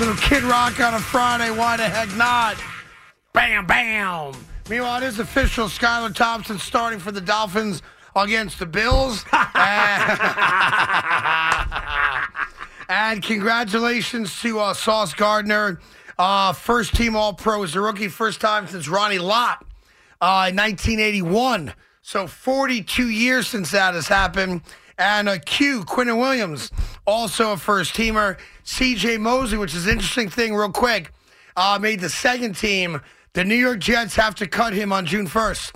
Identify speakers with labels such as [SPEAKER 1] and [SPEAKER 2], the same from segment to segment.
[SPEAKER 1] rock on a Friday. Why the heck not? Bam, bam. Meanwhile, it is official. Skylar Thompson starting for the Dolphins against the Bills. And congratulations to uh, Sauce Gardner, uh, first team All Pro as a rookie, first time since Ronnie Lott uh, in 1981. So 42 years since that has happened. And a Q, Quinton Williams, also a first teamer. CJ Mosley, which is an interesting thing, real quick, uh, made the second team. The New York Jets have to cut him on June 1st.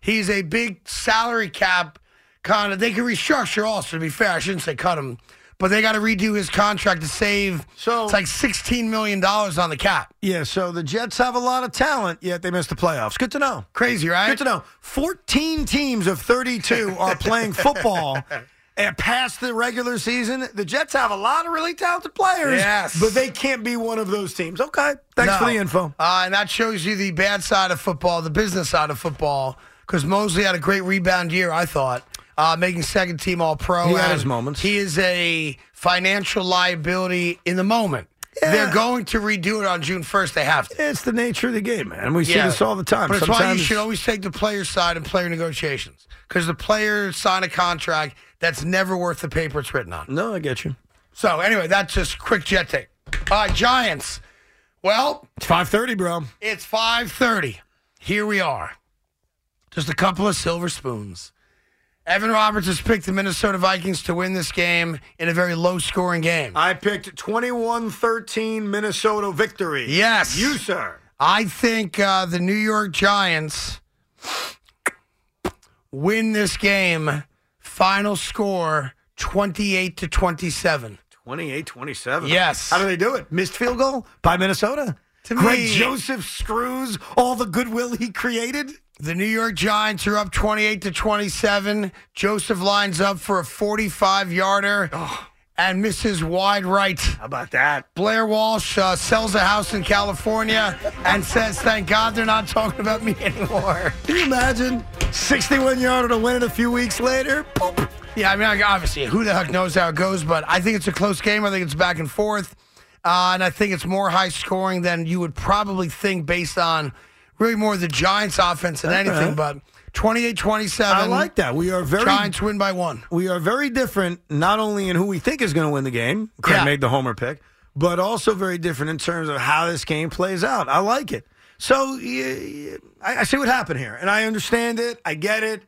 [SPEAKER 1] He's a big salary cap kind of. They can restructure also. To be fair, I shouldn't say cut him, but they got to redo his contract to save.
[SPEAKER 2] So-
[SPEAKER 1] it's like sixteen million dollars on the cap.
[SPEAKER 2] Yeah, so the Jets have a lot of talent, yet they missed the playoffs. Good to know.
[SPEAKER 1] Crazy, right?
[SPEAKER 2] Good to know. 14 teams of 32 are playing football. And past the regular season, the Jets have a lot of really talented players.
[SPEAKER 1] Yes.
[SPEAKER 2] But they can't be one of those teams. Okay. Thanks
[SPEAKER 1] No.
[SPEAKER 2] for the info.
[SPEAKER 1] Uh, and that shows you the bad side of football, the business side of football, because Mosley had a great rebound year, I thought, uh, making second team All Pro.
[SPEAKER 2] He had
[SPEAKER 1] and
[SPEAKER 2] his moments.
[SPEAKER 1] He is a financial liability in the moment.
[SPEAKER 2] Yeah.
[SPEAKER 1] They're going to redo it on June 1st. They have to.
[SPEAKER 2] It's the nature of the game, man. We see this all the time.
[SPEAKER 1] But that's why you
[SPEAKER 2] Sometimes-
[SPEAKER 1] should always take the player side in player negotiations because the players sign a contract that's never worth the paper it's written on.
[SPEAKER 2] No, I get you.
[SPEAKER 1] So anyway, that's just quick jet take. All right, Giants. Well,
[SPEAKER 2] It's 5:30, bro.
[SPEAKER 1] it's five thirty. Here we are. Just a couple of silver spoons. Evan Roberts has picked the Minnesota Vikings to win this game in a very low-scoring game.
[SPEAKER 2] I picked 21-13 Minnesota victory.
[SPEAKER 1] Yes.
[SPEAKER 2] You, sir.
[SPEAKER 1] I think uh, the New York Giants win this game. Final score 28 to 27.
[SPEAKER 2] 28-27.
[SPEAKER 1] Yes.
[SPEAKER 2] How do they do it? Missed field goal by Minnesota.
[SPEAKER 1] To
[SPEAKER 2] Greg
[SPEAKER 1] me-
[SPEAKER 2] Joseph screws all the goodwill he created.
[SPEAKER 1] The New York Giants are up 28 to 27. Joseph lines up for a 45 yarder and misses wide right.
[SPEAKER 2] How about that?
[SPEAKER 1] Blair Walsh uh, sells a house in California and says, Thank God they're not talking about me anymore.
[SPEAKER 2] Can you imagine? 61 yarder to win it a few weeks later. Boop.
[SPEAKER 1] Yeah, I mean, like, obviously, who the heck knows how it goes, but I think it's a close game. I think it's back and forth. Uh, and I think it's more high scoring than you would probably think based on really more the Giants offense than anything, but 28 27.
[SPEAKER 2] I like that. We are very
[SPEAKER 1] Giants win by one.
[SPEAKER 2] we are very different, not only in who we think is going to win the game. Craig
[SPEAKER 1] Yeah.
[SPEAKER 2] made the homer pick, but also very different in terms of how this game plays out. I like it. So y- y- I I see what happened here, and I understand it. I get it.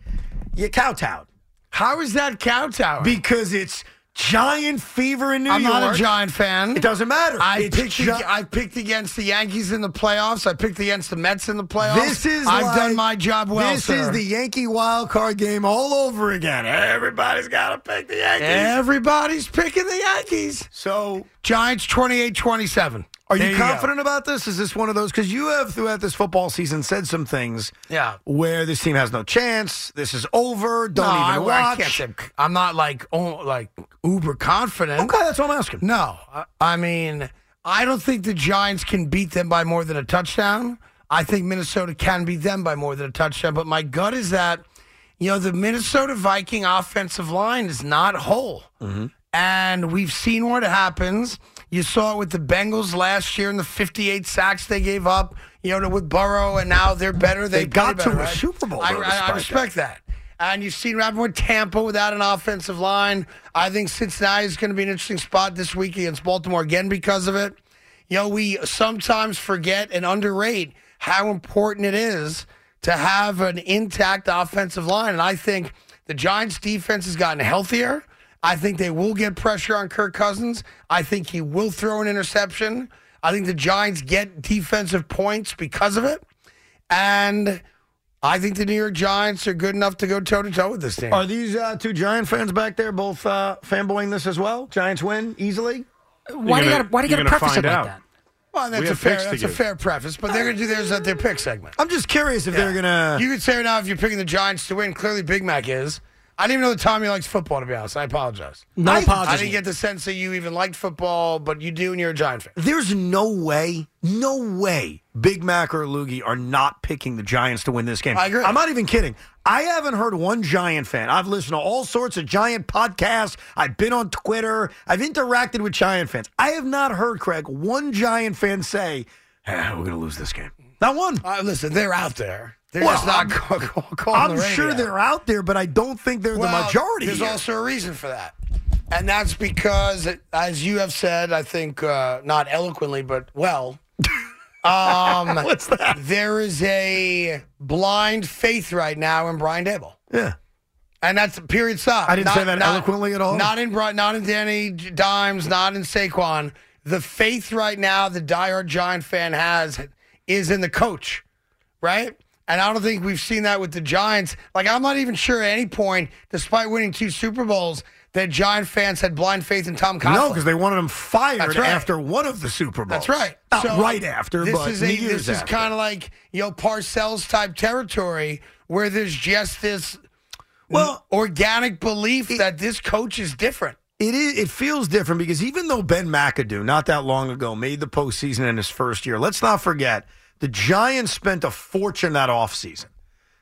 [SPEAKER 2] You kowtowed
[SPEAKER 1] How is that cow tower?
[SPEAKER 2] because it's giant fever in New
[SPEAKER 1] I'm
[SPEAKER 2] York.
[SPEAKER 1] not a Giant fan.
[SPEAKER 2] It doesn't matter.
[SPEAKER 1] I
[SPEAKER 2] It's
[SPEAKER 1] picked,
[SPEAKER 2] gi-
[SPEAKER 1] ag- I picked against the Yankees in the playoffs. I picked against the Mets in the playoffs.
[SPEAKER 2] This is
[SPEAKER 1] I've
[SPEAKER 2] like-
[SPEAKER 1] done my job well.
[SPEAKER 2] This
[SPEAKER 1] sir.
[SPEAKER 2] is the Yankee wild card game all over again. Everybody's got to pick the Yankees.
[SPEAKER 1] Everybody's picking the Yankees.
[SPEAKER 2] So,
[SPEAKER 1] Giants 28 27.
[SPEAKER 2] are you confident about this? Is this one of those? Because you have throughout this football season said some things
[SPEAKER 1] Yeah.
[SPEAKER 2] where this team has no chance. This is over. Don't
[SPEAKER 1] No,
[SPEAKER 2] even
[SPEAKER 1] I, I
[SPEAKER 2] watch.
[SPEAKER 1] can't say I'm, c- I'm not like oh, like uber confident.
[SPEAKER 2] okay, that's all I'm asking.
[SPEAKER 1] No, I, I mean I don't think the Giants can beat them by more than a touchdown. I think Minnesota can beat them by more than a touchdown. But my gut is that you know the Minnesota Viking offensive line is not whole,
[SPEAKER 2] Mm-hmm.
[SPEAKER 1] and we've seen what happens. You saw it with the Bengals last year and the 58 sacks they gave up. You know, to- with Burrow, and now they're better. They,
[SPEAKER 2] They got
[SPEAKER 1] play
[SPEAKER 2] to
[SPEAKER 1] better,
[SPEAKER 2] a
[SPEAKER 1] right?
[SPEAKER 2] Super Bowl,
[SPEAKER 1] I,
[SPEAKER 2] though,
[SPEAKER 1] I- I
[SPEAKER 2] despite that.
[SPEAKER 1] respect respect that. And you've seen what happened with Tampa without an offensive line. I think Cincinnati is going to be an interesting spot this week against Baltimore again because of it. You know, we sometimes forget and underrate how important it is to have an intact offensive line. And I think the Giants' defense has gotten healthier. I think they will get pressure on Kirk Cousins. I think he will throw an interception. I think the Giants get defensive points because of it. And I think the New York Giants are good enough to go toe to toe with this team.
[SPEAKER 2] Are these uh, two Giant fans back there both uh, fanboying this as well? Giants win easily.
[SPEAKER 3] Why do you
[SPEAKER 4] You're gonna-
[SPEAKER 3] gotta Why do you
[SPEAKER 4] you're
[SPEAKER 3] gotta
[SPEAKER 4] gonna
[SPEAKER 3] preface it
[SPEAKER 4] find
[SPEAKER 3] like
[SPEAKER 4] out.
[SPEAKER 3] that?
[SPEAKER 1] well, that's a
[SPEAKER 4] have
[SPEAKER 1] fair
[SPEAKER 4] picks to
[SPEAKER 1] that's a
[SPEAKER 4] give.
[SPEAKER 1] fair preface, but they're going to do theirs at their pick segment.
[SPEAKER 2] I'm just curious if they're gonna.
[SPEAKER 1] You could say right now if you're picking the Giants to win, clearly Big Mac is. I didn't even know that Tommy likes football, to be honest. I apologize.
[SPEAKER 3] No
[SPEAKER 1] I,
[SPEAKER 3] apologies
[SPEAKER 1] I didn't get the sense that you even liked football, but you do, and you're a Giant fan.
[SPEAKER 2] There's no way, no way Big Mac or Loogie are not picking the Giants to win this game.
[SPEAKER 1] I agree.
[SPEAKER 2] I'm not even kidding. I haven't heard one Giant fan. I've listened to all sorts of Giant podcasts. I've been on Twitter. I've interacted with Giant fans. I have not heard, Craig, one Giant fan say, "Eh, we're going to lose this game. Not one.
[SPEAKER 1] Uh, listen, they're out there. They're
[SPEAKER 2] Well,
[SPEAKER 1] just not
[SPEAKER 2] I'm-
[SPEAKER 1] call, call, calling
[SPEAKER 2] I'm
[SPEAKER 1] the
[SPEAKER 2] sure
[SPEAKER 1] radio.
[SPEAKER 2] they're out there, but I don't think they're
[SPEAKER 1] Well,
[SPEAKER 2] the majority.
[SPEAKER 1] There's
[SPEAKER 2] here.
[SPEAKER 1] also a reason for that, and that's because, as you have said, I think uh, not eloquently but well, um,
[SPEAKER 2] What's that?
[SPEAKER 1] there is a blind faith right now in Brian Dable.
[SPEAKER 2] Yeah.
[SPEAKER 1] And that's period stop.
[SPEAKER 2] I didn't say that eloquently at all.
[SPEAKER 1] Not in Bri- not in Danny Dimes, not in Saquon. The faith right now the diehard Giant fan has is in the coach, right? And I don't think we've seen that with the Giants. Like I'm not even sure at any point, despite winning two Super Bowls, that Giant fans had blind faith in Tom Coughlin.
[SPEAKER 2] No, because they wanted him fired
[SPEAKER 1] That's right.
[SPEAKER 2] after one of the Super Bowls.
[SPEAKER 1] That's right.
[SPEAKER 2] Not
[SPEAKER 1] So,
[SPEAKER 2] right after,
[SPEAKER 1] This
[SPEAKER 2] but
[SPEAKER 1] is a,
[SPEAKER 2] the years
[SPEAKER 1] this is
[SPEAKER 2] after.
[SPEAKER 1] kind of like you know Parcells type territory where there's just this
[SPEAKER 2] well,
[SPEAKER 1] organic belief that this coach is different.
[SPEAKER 2] It is. It feels different because even though Ben McAdoo not that long ago made the postseason in his first year, let's not forget the Giants spent a fortune that offseason.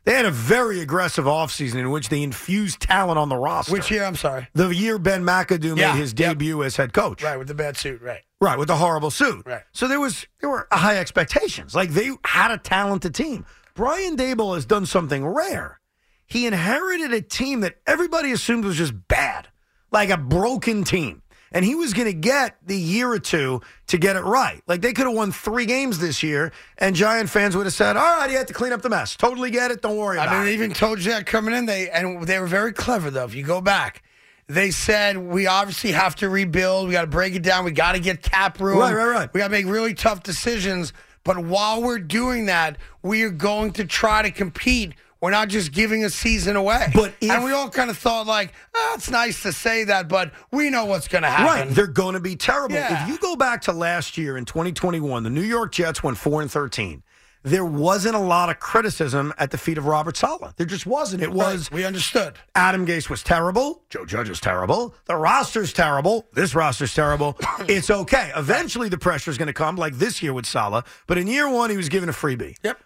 [SPEAKER 2] They had a very aggressive offseason in which they infused talent on the roster.
[SPEAKER 1] Which year? I'm sorry.
[SPEAKER 2] the year Ben McAdoo
[SPEAKER 1] Yeah,
[SPEAKER 2] made his
[SPEAKER 1] yep.
[SPEAKER 2] debut as head coach,
[SPEAKER 1] Right, with the bad suit, right.
[SPEAKER 2] Right, with the horrible suit.
[SPEAKER 1] Right.
[SPEAKER 2] So there was there were high expectations. Like they had a talented team. Brian Dable has done something rare. He inherited a team that everybody assumed was just bad, like a broken team. And he was going to get the year or two to get it right. Like they could have won three games this year, and Giant fans would have said, "All right, he had to clean up the mess. Totally get it. Don't worry
[SPEAKER 1] I
[SPEAKER 2] about
[SPEAKER 1] mean,
[SPEAKER 2] it."
[SPEAKER 1] they even told you that coming in. They and they were very clever though. If you go back, they said we obviously have to rebuild. We got to break it down. We got to get cap room.
[SPEAKER 2] Right, right, right.
[SPEAKER 1] We got to make really tough decisions. But while we're doing that, we are going to try to compete. We're not just giving a season away.
[SPEAKER 2] But if-
[SPEAKER 1] and we all kind of thought like, ah, it's nice to say that, but we know what's going to happen.
[SPEAKER 2] Right, they're going to be terrible.
[SPEAKER 1] Yeah.
[SPEAKER 2] If you go back to last year in 2021, the New York Jets went four and 13. There wasn't a lot of criticism at the feet of Robert Sala. There just wasn't. It was
[SPEAKER 1] we understood.
[SPEAKER 2] Adam Gase was terrible. Joe Judge is terrible. The roster's terrible. This roster's terrible. it's okay. Eventually, the pressure's going to come, like this year with Sala. But in year one, he was given a freebie.
[SPEAKER 1] Yep.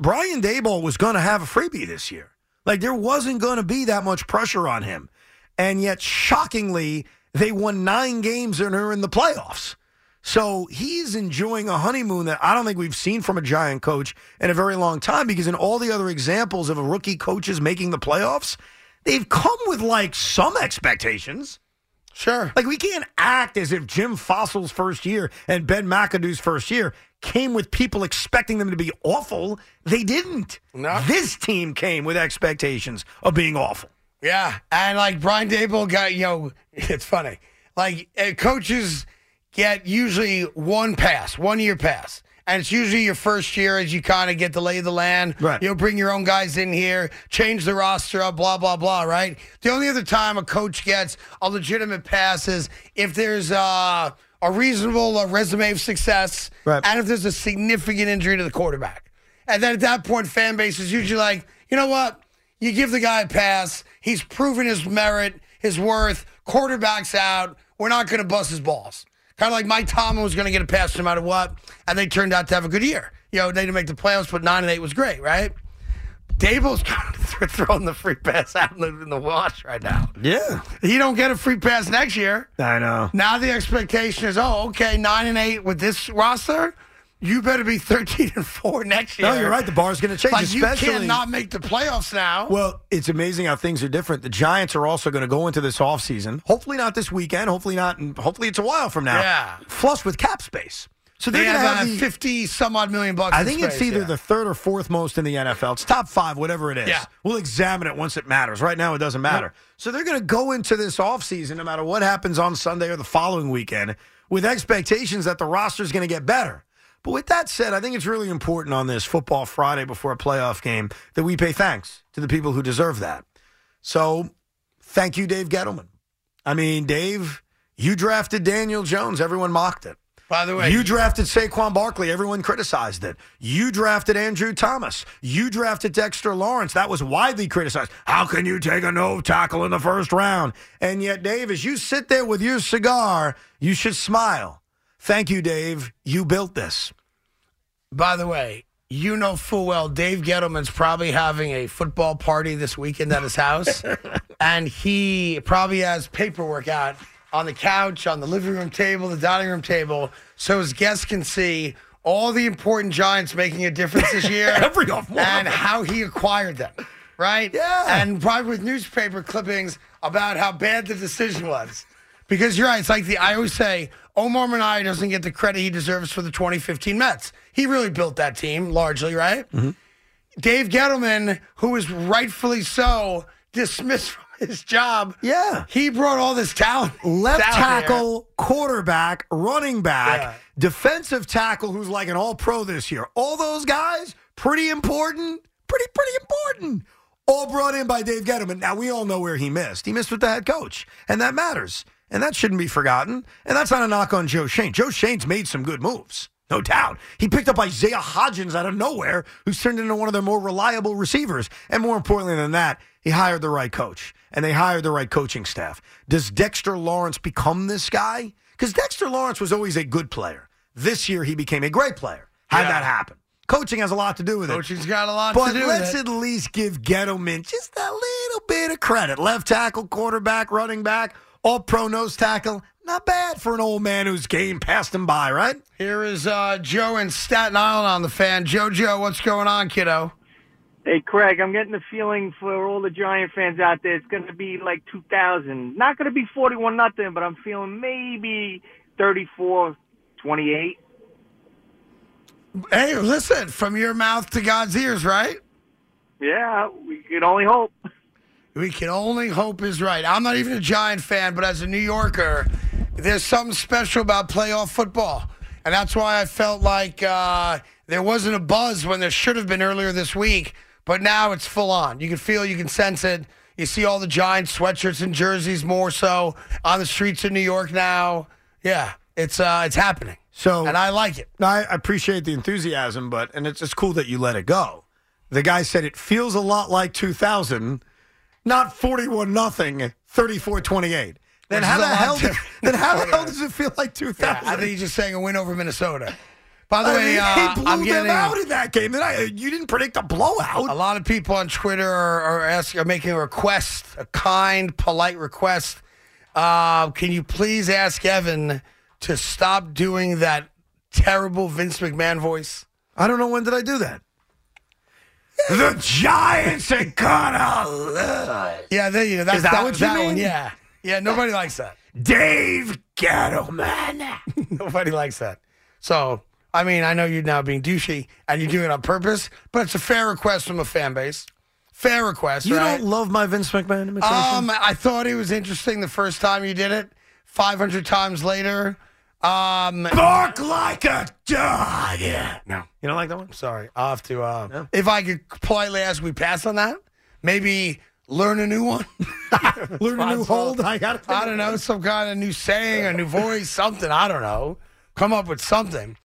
[SPEAKER 2] Brian Dayball was going to have a freebie this year. Like there wasn't going to be that much pressure on him. And yet, shockingly, they won nine games and are in the playoffs. So he's enjoying a honeymoon that I don't think we've seen from a giant coach in a very long time because in all the other examples of rookie coaches making the playoffs, they've come with like some expectations.
[SPEAKER 1] Sure.
[SPEAKER 2] Like we can't act as if Jim Fossil's first year and Ben McAdoo's first year came with people expecting them to be awful. They didn't.
[SPEAKER 1] No.
[SPEAKER 2] This team came with expectations of being awful.
[SPEAKER 1] Yeah, and like Brian Dable got you know it's funny. Like uh, coaches get usually one pass, one year pass, and it's usually your first year as you kind of get the lay of the land.
[SPEAKER 2] Right.
[SPEAKER 1] You know, bring your own guys in here, change the roster up, blah blah blah. Right. The only other time a coach gets a legitimate pass is if there's uh, a reasonable uh, resume of success,
[SPEAKER 2] Right.
[SPEAKER 1] and if there's a significant injury to the quarterback. And then at that point, fan base is usually like, you know what? You give the guy a pass. He's proven his merit, his worth. Quarterback's out. We're not going to bust his balls. Kind of like Mike Tomlin was going to get a pass no matter what, and they turned out to have a good year. You know, they didn't make the playoffs, but nine and eight was great, right? Dable's kind of th- throwing the free pass out in the, in the wash right now.
[SPEAKER 2] Yeah.
[SPEAKER 1] He don't get a free pass next year.
[SPEAKER 2] I know.
[SPEAKER 1] Now the expectation is, oh, okay, nine and eight with this roster, you better be thirteen and four next year.
[SPEAKER 2] No, you're right. The bar's going to change.
[SPEAKER 1] Like you
[SPEAKER 2] especially,
[SPEAKER 1] cannot make the playoffs now.
[SPEAKER 2] Well, it's amazing how things are different. The Giants are also going to go into this offseason, hopefully not this weekend, hopefully not, and hopefully it's a while from now,
[SPEAKER 1] Yeah.
[SPEAKER 2] flush with cap space. So
[SPEAKER 1] they
[SPEAKER 2] they're going to
[SPEAKER 1] have
[SPEAKER 2] have
[SPEAKER 1] uh,
[SPEAKER 2] the,
[SPEAKER 1] fifty some odd million bucks.
[SPEAKER 2] I
[SPEAKER 1] in
[SPEAKER 2] think it's
[SPEAKER 1] space,
[SPEAKER 2] either
[SPEAKER 1] yeah.
[SPEAKER 2] the third or fourth most in the NFL. It's top five, whatever it is.
[SPEAKER 1] Yeah.
[SPEAKER 2] We'll examine it once it matters. Right now, it doesn't matter. So they're going to go into this offseason, no matter what happens on Sunday or the following weekend, with expectations that the roster's going to get better. But with that said, I think it's really important on this football Friday before a playoff game that we pay thanks to the people who deserve that. So thank you, Dave Gettleman. I mean, Dave, you drafted Daniel Jones. Everyone mocked it.
[SPEAKER 1] By the way,
[SPEAKER 2] you drafted Saquon Barkley. Everyone criticized it. You drafted Andrew Thomas. You drafted Dexter Lawrence. That was widely criticized. How can you take a no tackle in the first round? And yet, Dave, as you sit there with your cigar, you should smile. Thank you, Dave. You built this.
[SPEAKER 1] By the way, you know full well Dave Gettleman's probably having a football party this weekend at his house, and he probably has paperwork out on the couch, on the living room table, the dining room table, so his guests can see all the important Giants making a difference this year
[SPEAKER 2] Every off one of
[SPEAKER 1] and
[SPEAKER 2] them.
[SPEAKER 1] how he acquired them, right?
[SPEAKER 2] Yeah.
[SPEAKER 1] And probably with newspaper clippings about how bad the decision was. Because you're right, it's like the I always say Omar Minaya doesn't get the credit he deserves for the 2015 Mets. He really built that team largely, right?
[SPEAKER 2] Mm-hmm.
[SPEAKER 1] Dave Gettleman, who was rightfully so dismissed from his job,
[SPEAKER 2] Yeah.
[SPEAKER 1] he brought all this talent.
[SPEAKER 2] left
[SPEAKER 1] down there.
[SPEAKER 2] tackle, quarterback, running back,
[SPEAKER 1] Yeah.
[SPEAKER 2] defensive tackle who's like an all pro this year. All those guys, pretty important, pretty, pretty important. All brought in by Dave Gettleman. Now, we all know where he missed. He missed with the head coach, and that matters. And that shouldn't be forgotten. And that's not a knock on Joe Shane. Joe Shane's made some good moves, no doubt. He picked up Isaiah Hodgins out of nowhere, who's turned into one of their more reliable receivers. And more importantly than that, he hired the right coach and they hired the right coaching staff. Does Dexter Lawrence become this guy? Because Dexter Lawrence was always a good player. This year, he became a great player. How'd
[SPEAKER 1] Yeah.
[SPEAKER 2] that happen? Coaching has a lot to do with it.
[SPEAKER 1] Coaching's got a lot
[SPEAKER 2] But
[SPEAKER 1] to do
[SPEAKER 2] let's
[SPEAKER 1] with it.
[SPEAKER 2] at least give Gettleman just a little bit of credit. Left tackle, quarterback, running back, all pro nose tackle. Not bad for an old man whose game passed him by, right?
[SPEAKER 1] Here is uh, Joe in Staten Island on the fan. JoJo, what's going on, kiddo?
[SPEAKER 3] Hey, Craig, I'm getting the feeling for all the Giant fans out there, it's going to be like 2000. Not going to be 41 nothing, but I'm feeling maybe 34 28.
[SPEAKER 1] Hey, listen, from your mouth to God's ears, right?
[SPEAKER 3] Yeah, we can only hope.
[SPEAKER 1] We can only hope is right. I'm not even a Giant fan, but as a New Yorker, there's something special about playoff football. And that's why I felt like uh, there wasn't a buzz when there should have been earlier this week, but now it's full on. You can feel, you can sense it. You see all the Giant sweatshirts and jerseys more so on the streets of New York now. Yeah, it's uh, it's happening.
[SPEAKER 2] So
[SPEAKER 1] And I like it.
[SPEAKER 2] No, I appreciate the enthusiasm, but and it's it's cool that you let it go. The guy said it feels a lot like 2000, not 41 nothing, 34-28.
[SPEAKER 1] Which
[SPEAKER 2] Then how
[SPEAKER 1] is a
[SPEAKER 2] the
[SPEAKER 1] lot
[SPEAKER 2] hell? Does,
[SPEAKER 1] different
[SPEAKER 2] then how the
[SPEAKER 1] than
[SPEAKER 2] hell does it feel like 2000?
[SPEAKER 1] Yeah, I think he's just saying a win over Minnesota. By the
[SPEAKER 2] I
[SPEAKER 1] way,
[SPEAKER 2] mean,
[SPEAKER 1] uh,
[SPEAKER 2] he blew
[SPEAKER 1] I'm getting
[SPEAKER 2] them out in that game. Then I, you didn't predict a
[SPEAKER 1] a
[SPEAKER 2] blowout.
[SPEAKER 1] lot of people on Twitter are, are asking, are making a request, a kind, polite request. Uh, can you please ask Evan to stop doing that terrible Vince McMahon voice?
[SPEAKER 2] I don't know when did I do that. the Giants are gonna lose.
[SPEAKER 1] Yeah, there you go. That's
[SPEAKER 2] Is that what you
[SPEAKER 1] one,
[SPEAKER 2] mean?
[SPEAKER 1] yeah, yeah. Nobody likes that.
[SPEAKER 2] Dave Gettleman.
[SPEAKER 1] Nobody likes that. So, I mean, I know you're now being douchey and you're doing it on purpose, but it's a fair request from a fan base. Fair request.
[SPEAKER 2] You
[SPEAKER 1] right?
[SPEAKER 2] don't love my Vince McMahon imitation?
[SPEAKER 1] Um, I thought it was interesting the first time you did it. Five hundred times later, um,
[SPEAKER 2] bark like a dog. No. You don't like that one?
[SPEAKER 1] sorry, I'll have to. Uh, If I could politely ask, we pass on that. Maybe learn a new one.
[SPEAKER 2] Learn a new
[SPEAKER 1] Fonzo.
[SPEAKER 2] hold. I got
[SPEAKER 1] I don't know, some kind of new saying, a new voice, something. I don't know. Come up with something.